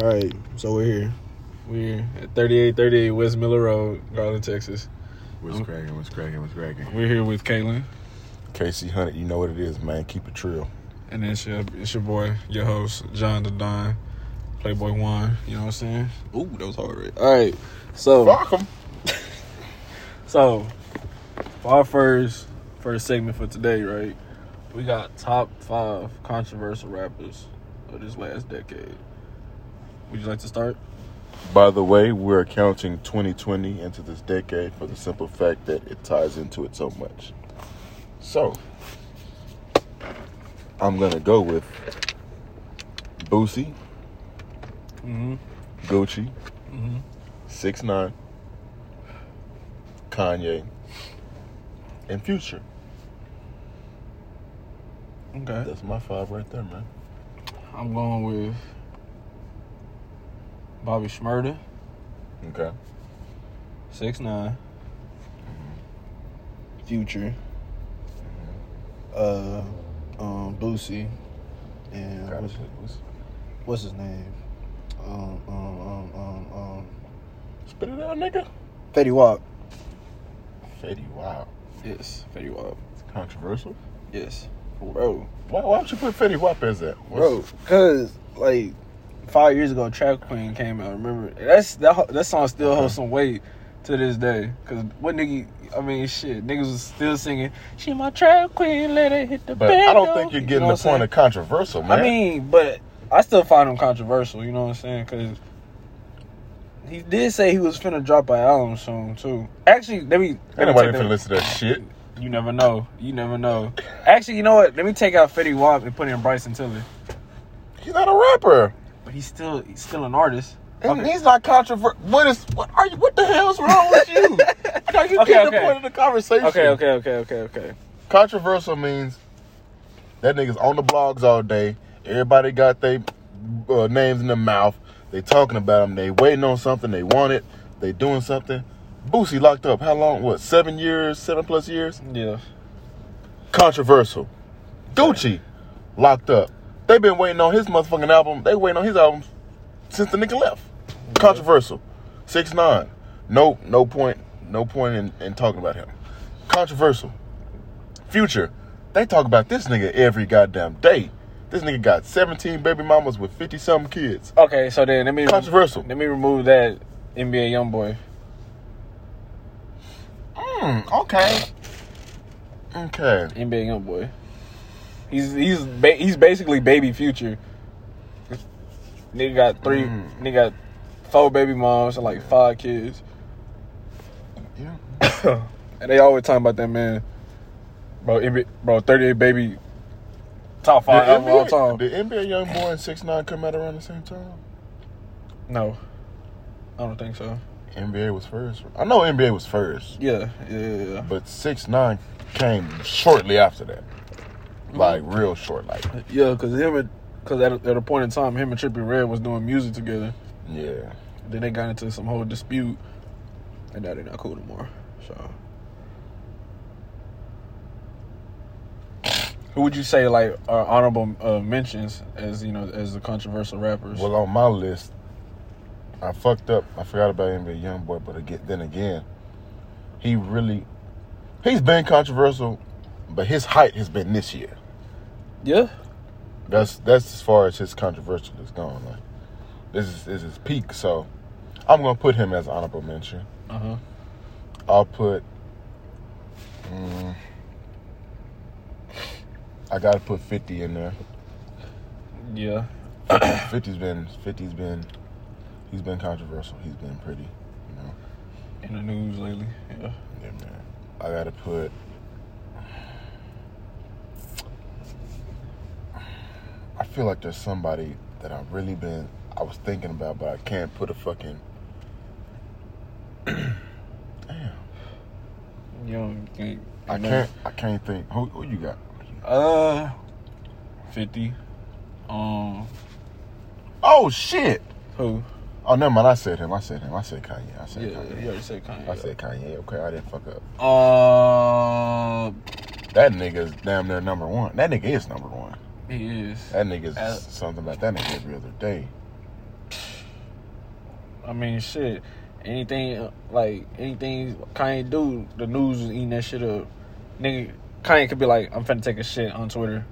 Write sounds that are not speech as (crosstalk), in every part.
All right, so we're here. We're at 3838 West Miller Road, Garland, Texas. What's cracking? What's cracking? What's cracking? We're here with Caitlin, KC Hunter, you know what it is, man. Keep it trill. and then it's your, it's your boy, your host, John the Don, Playboy One. You know what I'm saying? Ooh, that was hard. Right? All right, so Fuck 'em. (laughs) so for our first first segment for today, right? We got top five controversial rappers of this last decade. Would you like to start? By the way, we're counting 2020 into this decade for the simple fact that it ties into it so much. So, I'm gonna go with Boosie, Mm-hmm. Gucci, Mhm. Six Nine, Kanye, and Future. Okay. That's my five right there, man. I'm going with Bobby Schmurda, Okay. six nine, Future, Uh, um, Boosie, and Gotta what's, say Boosie. what's his name? Um, um, um, um, um, Spit it out, nigga. Fetty Wap. Fetty, wow. yes, Fetty Wap, It's controversial. yes, bro, Why, why would you put Fetty Wap as that? Bro, What's- cause like five years ago, Trap Queen came out. Remember that's that that song still Uh-huh. holds some weight to this day. Cause what nigga, I mean, shit, niggas was still singing. She my trap queen, let her hit the But I don't bando." think you're You getting know the what point I'm of controversial, man. saying? I mean, but I still find him controversial. You know what I'm saying? Cause he did say he was finna drop an album soon too. Actually, let me let me anybody take that- can listen to that shit. You never know. You never know. Actually, you know what? Let me take out Fetty Wap and put in Bryson Tiller. He's not a rapper, But he's still he's still an artist. and he's not controversial. What is? What are you? What the hell's wrong with (laughs) you? Are you Okay, getting okay. the point of the conversation? Okay, okay, okay, okay, okay. Controversial means that niggas on the blogs all day. Everybody got their uh, names in their mouth. They talking about them. They waiting on something. They want it. They doing something. Boosie locked up. How long? What? Seven years? Seven plus years? Yeah. controversial. Gucci locked up. They've been waiting on his motherfucking album. They waiting on his album since the nigga left. Controversial. Six nine. No, no point. No point in, in talking about him. Controversial. Future. They talk about this nigga every goddamn day. This nigga got 17 baby mamas with 50 something kids. Okay, so then let me Controversial. Let me remove that NBA YoungBoy. Mm, okay. Okay. NBA YoungBoy. He's he's ba- he's basically baby future. Nigga got three. Mm. Nigga got four baby moms and like five kids. Yeah. (coughs) And they always talking about that man, bro. NBA, bro, thirty eight baby, top five Did album of all NBA, time. did NBA Young Boy and 6 9 come out around the same time? No, I don't think so. NBA was first. I know NBA was first, Yeah, yeah, yeah, yeah. but six nine came shortly after that, like real short, like yeah. Because him, and because at, a- at a point in time, him and Trippie Red was doing music together. yeah. Then they got into some whole dispute, and now they're not cool anymore. So, who would you say like are honorable uh, mentions as you know as the controversial rappers? Well, on my list, I fucked up. I forgot about NBA Young Boy, but again, then again, he really, he's been controversial, but his height has been this year. yeah, That's that's as far as his controversial is gone. Like this is, this is his peak, so I'm gonna put him as honorable mention. uh uh-huh. huh. I'll put. mm, I gotta put fifty in there. (clears throat) Yeah, Fifty's been fifty's been he's been controversial. He's been pretty, you know. in the news lately. Yeah. Yeah, man. I gotta put. I feel like there's somebody that I've really been I was thinking about, but I can't put a fucking. Damn, You don't think I can't. I can't think. Who, who you got? Uh, fifty. Um, Oh shit! who? Oh, never mind. I said him. I said him. I said Kanye. I said Yeah, Kanye. you already said Kanye. I said Kanye. Okay, I didn't fuck up. Uh, That nigga's damn near number one. That nigga is number one. he is. That nigga's Uh, something about that nigga every other day. I mean, shit. Anything uh, like anything Kanye do, the news is eating that shit up. Nigga, Kanye could be like, "I'm finna take a shit on Twitter."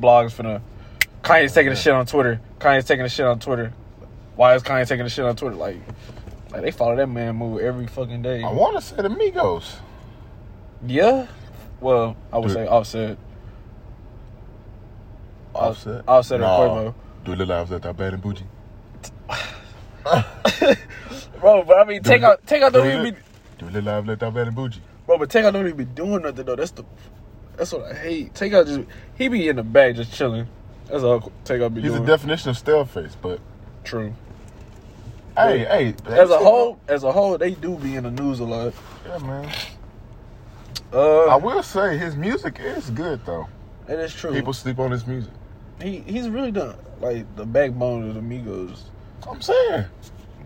Blogs finna. Kanye's taking a shit on Twitter. Kanye's taking a shit on Twitter. Why is Kanye taking a shit on Twitter? Like, like they follow that man move every fucking day. I want to say the Migos. Yeah. Well, I would Dude. say Offset. Offset. Offset or Quavo. Do Lil Offset that bad and bougie? Bro, but I mean, take out, take out, Do don't Lil- even be, Do Lil Offset that bad and bougie? bro, but take out, don't even be doing nothing though. That's the, that's what I hate. Take out, just he be in the back just chilling. That's all take out be He's the doing. definition of stale face, but True. hey, hey. As a whole, as a whole, they do be in the news a lot. yeah, man. I Uh, will say his music is good though. it is true. People sleep on his music. he he's really done like the backbone of the Migos, I'm saying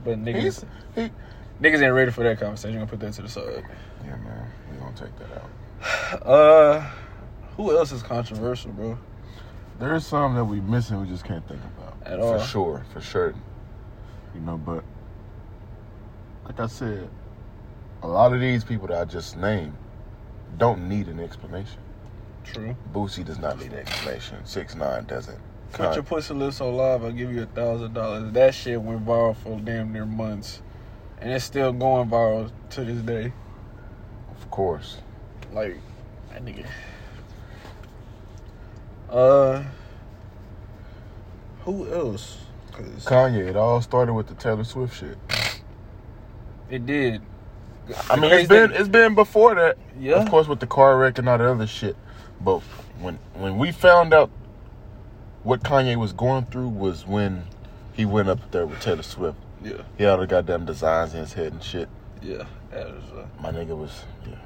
but niggas he's he. niggas ain't ready for that conversation. Gonna put that to the side. Yeah, man. We're gonna take that out. Uh, who else is controversial, bro? There's some that we missing we just can't think about. At all. For sure, for sure. You know, but like I said, a lot of these people that I just named don't need an explanation. True. Boosie does not need an explanation. Six nine doesn't. Put your pussy lips so live, I'll give you a thousand dollars. That shit went viral for damn near months, and it's still going viral to this day. of course. Like that nigga. Uh, who else? 'Cause Kanye, it all started with the Taylor Swift shit. it did. I mean, crazy it's been it's been before that. Yeah. Of course, with the car wreck and all the other shit. But when when we found out what Kanye was going through was when he went up there with Taylor Swift. Yeah, He had all the goddamn designs in his head and shit. yeah. That was, uh, My nigga was yeah.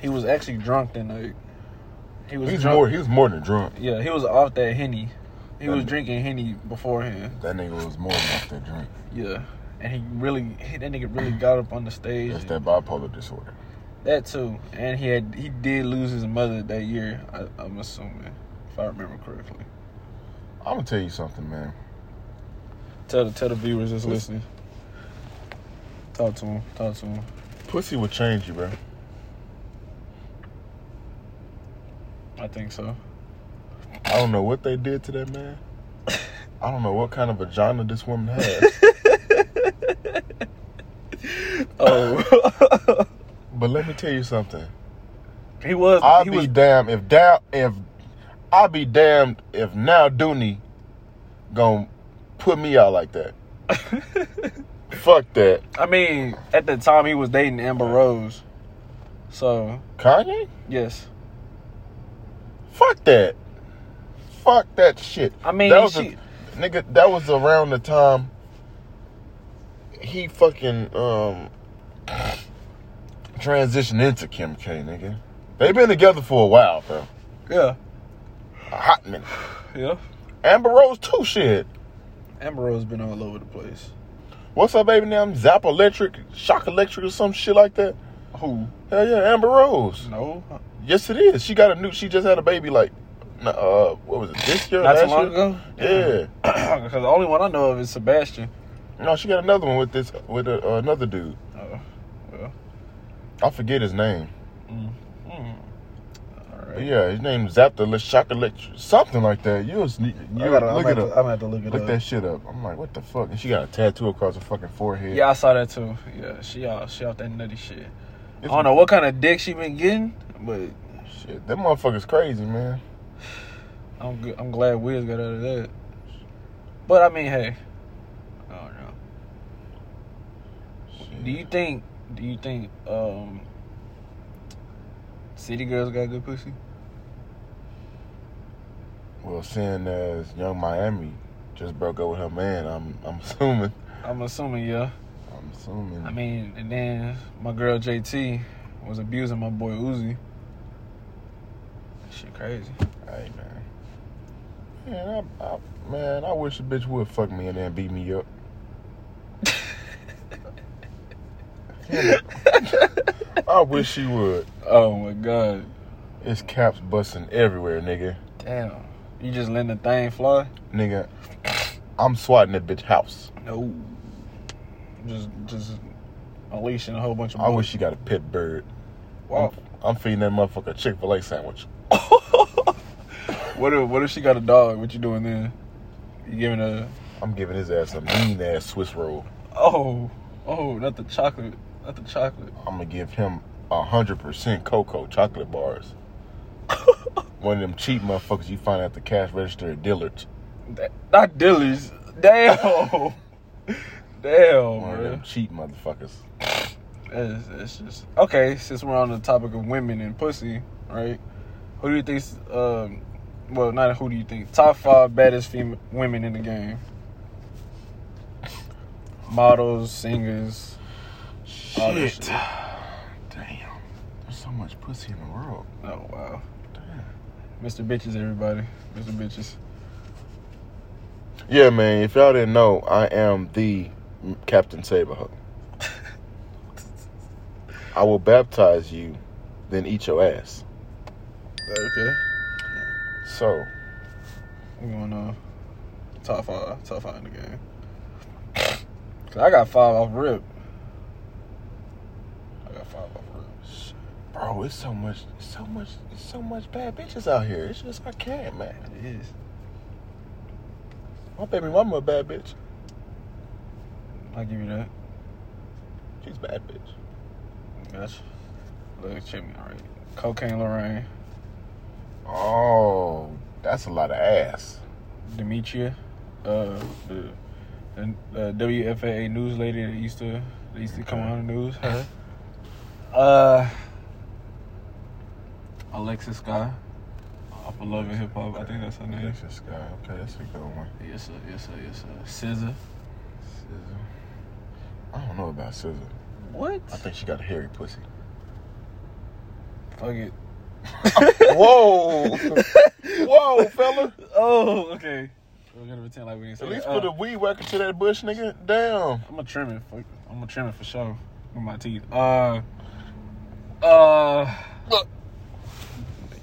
he was actually drunk that night. He was He's drunk. more he was more than drunk. Yeah, he was off that henny. He was Mhm. drinking henny beforehand. That nigga was more than off that drink. Yeah, and he really he, that nigga really got up on the stage. That's that and- bipolar disorder. That too, and he had he did lose his mother that year. I, I'm assuming, if I remember correctly. I'm gonna tell you something, man. Tell the tell the viewers that's listening. Talk to him. Talk to him. Pussy will change you, bro. I think so. I don't know what they did to that man. (coughs) I don't know what kind of vagina this woman has. (laughs) Oh, (laughs) but let me tell you something. he was. I'll he be was. damned if down if I'll be damned if now Dooney gonna put me out like that. Fuck that. (laughs) I mean, at the time he was dating Amber Rose, so Kanye? yes. Fuck that. Fuck that shit. I mean, that was she- a, nigga. That was around the time he fucking um transitioned into Kim K. Nigga, they've been together for a while, bro. Yeah. A hot minute. Yeah. Amber Rose too. Shit. Amber Rose been all over the place. What's her baby name? Zap Electric, Shock Electric, or some shit like that. Who? Hell yeah, Amber Rose. No. Yes, it is. She got a new. She just had a baby. Like, n- uh, what was it? This year? Not too last long year? ago. Yeah. (coughs) Because the only one I know of is Sebastian. No, she got another one with this with a, uh, another dude. Oh, well. I forget his name. Mm. Mm. All But right. yeah, his name is Zapta Le- Shock Electric, something like that. You was you I gotta, look I'm, it gonna have to, up. I'm gonna have to uh, look it Look up. that shit up. I'm like, what the fuck? And she got a tattoo across her fucking forehead. yeah, I saw that too. Yeah, she out, she out that nutty shit. I It's- don't know what kind of dick she been getting, but Shit, that motherfucker's crazy, man. I'm good. I'm glad Wiz got out of that. But I mean, hey, I don't know. Shit. Do you think? Do you think um, city girls got good pussy? Well, seeing as Young Miami just broke up with her man, I'm I'm assuming. I'm assuming, yeah. I'm assuming. I mean, and then my girl JT was abusing my boy Uzi. That shit (laughs) crazy. Hey man. Man, I, I, man, I wish a bitch would fuck me and then beat me up. I wish she would. Oh my god. It's caps busting everywhere, nigga. Damn. You just letting the thing fly? Nigga, I'm swatting that bitch house. No. just just unleashing a whole bunch of. I wish you got a pit bird. Wow. I'm feeding that motherfucker a Chick Fil A sandwich. (laughs) What if what if she got a dog? What you doing then? You giving a I'm giving his ass a mean ass Swiss roll. oh oh not the chocolate not the (laughs) chocolate. I'm gonna give him a hundred percent cocoa chocolate bars. One of them cheap motherfuckers you find at the cash register at Dillard's. That, not Dilly's. Damn. Damn, One of bro. them cheap motherfuckers. That's, that's just okay. Since we're on the topic of women and pussy, right? Who do you think? Um, well, not who do you think? Top five baddest fem- women in the game. Models, singers. all that shit. Damn. There's so much pussy in the world. Oh wow, Damn. Mr. Bitches, everybody, Mr. Bitches. Yeah, man. If y'all didn't know, I am the Captain Saberhook. I will baptize you, then eat your ass. Okay, So, we're going uh, top five, top five in the game. (laughs) 'Cause I got five off rip. I got five off rip. bro, it's so much, so much, so much bad bitches out here. It's just I can't, man. It is. My baby mama a bad bitch. I'll give you that. She's a bad bitch. Gotcha. Look, check me out. Right. Cocaine Lorraine, Oh, that's a lot of ass. Demetria, uh, the, the uh, WFAA news lady that used to that used to come on the news. Her. Uh, Alexis Guy. Off of Love and Hip Hop. I think that's her name. Alexis Scott. Okay, that's a good one. Yes, sir. Yes, sir. Yes, sir. Scissor. Scissor. I don't know about Scissor. What? I think she got a hairy pussy. Fuck it. (laughs) (laughs) Whoa, whoa, fella. Oh, okay. We're gonna pretend like we didn't say At least that. put Uh, a weed whacker to that bush, nigga. Damn. I'm gonna trim it. For, I'm gonna trim it for sure with my teeth. Uh, uh.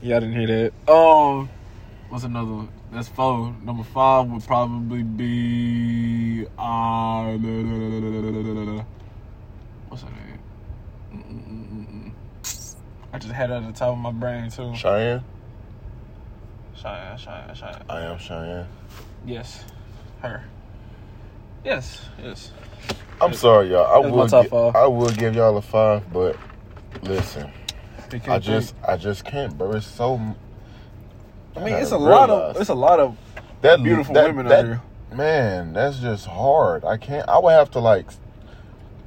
Yeah, I didn't hear that. Um, what's another one? That's four. Number five would probably be uh. da- da- da- da- da- da- da- da- da. What's her name? Mm-mm-mm-mm-mm. I just had it at the top of my brain too. Cheyenne. Cheyenne, Cheyenne, Cheyenne. I am Cheyenne. Yes, her. Yes, yes. I'm sorry, y'all. I That's will. my top gi- five. I will give y'all a five, but listen, They can't I think. just, I just can't, bro. It's so. I mean, it's a lot of it's a lot of that beautiful that- women that- out here. Man, that's just hard. I can't. I would have to like.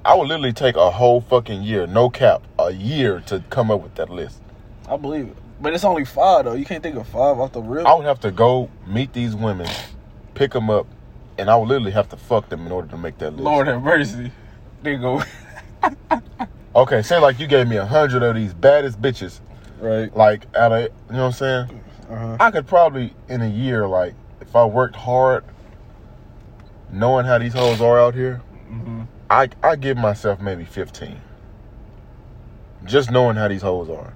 I would literally take a whole fucking year, no cap, a year to come up with that list. I believe it, but it's only five though. You can't think of five off the real. I would have to go meet these women, pick them up, and I would literally have to fuck them in order to make that list. Lord have mercy. There you go. Okay, say like you gave me a hundred of these baddest bitches, right. like out of you know what I'm saying. Uh-huh. I could probably in a year, like if I worked hard, knowing how these hoes are out here, hmm I I give myself maybe fifteen. Just knowing how these hoes are.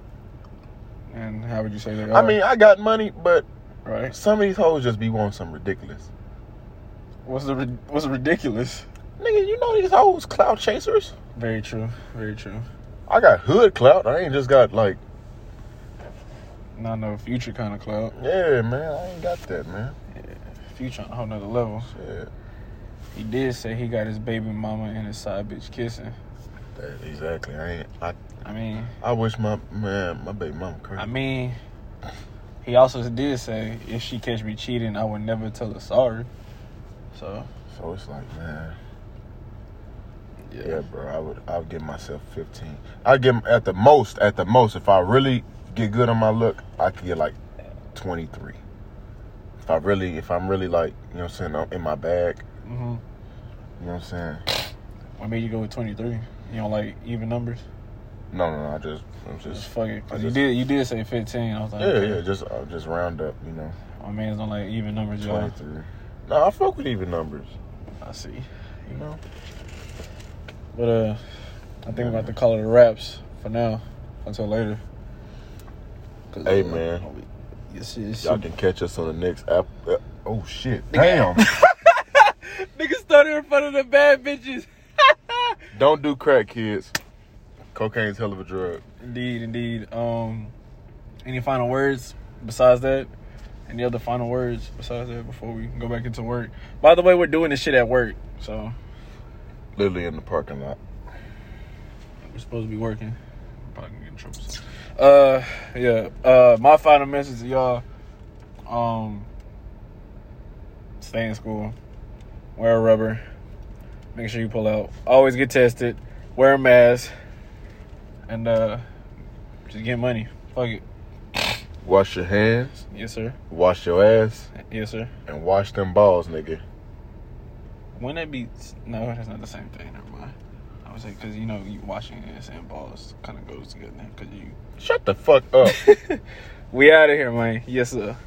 And how would you say that? I mean, I got money, but right? some of these hoes just be wanting some ridiculous. What's the rid- what's ridiculous? Nigga, you know these hoes clout chasers. Very true. Very true. I got hood clout. I ain't just got like, Not no future kind of cloud. yeah, man. I ain't got that, man. Future on a whole nother level. Shit. He did say he got his baby mama and his side bitch kissing. That- exactly. I ain't. I I mean, I wish my man, my baby mama crazy. I mean, he also did say if she catch me cheating, I would never tell her sorry. So so it's like, man. Yeah, bro. I would. I would give myself fifteen. I give 'em- at the most. At the most, if I really get good on my look, I could get like twenty three. If I really, if I'm really like, you know, what I'm saying, I'm in my bag. hmm You know what I'm saying? What made you go with twenty three? You don't like even numbers? No, no, no. I just, I'm Just just. fuck it. 'Cause I you just- did you did say fifteen. I was like, Yeah, okay. yeah. Just, uh, just round up. You know, My man's don't like even numbers, y'all. twenty three. No, I fuck with even numbers. I see. You know. But uh, I think we're about to call it a wraps for now. Until later. 'Cause, Hey, uh, man. Yes, yes. Y'all yes. can catch us on the next app. uh, (laughs) Oh shit! Damn. Niggas started in front of the bad bitches. (laughs) Don't do crack, kids. Cocaine's hell of a drug. Indeed, indeed. Um, any final words besides that? Any other final words besides that before we go back into work? By the way, we're doing this shit at work, so Literally in the parking lot. we're supposed to be working. Probably gonna get in trouble. Uh, yeah. Uh, my final message to y'all: um, stay in school, wear a rubber, make sure you pull out, always get tested, wear a mask, and uh, just get money. Fuck it. Wash your hands, Yes, sir. wash your ass, Yes, sir. and wash them balls, nigga. Wouldn't that be? No, that's not the same thing. Never mind. I was like, because you know, you washing ass and balls (laughs) kind of goes together. Because you. Shut the fuck up. We out of here, man. Yes, sir.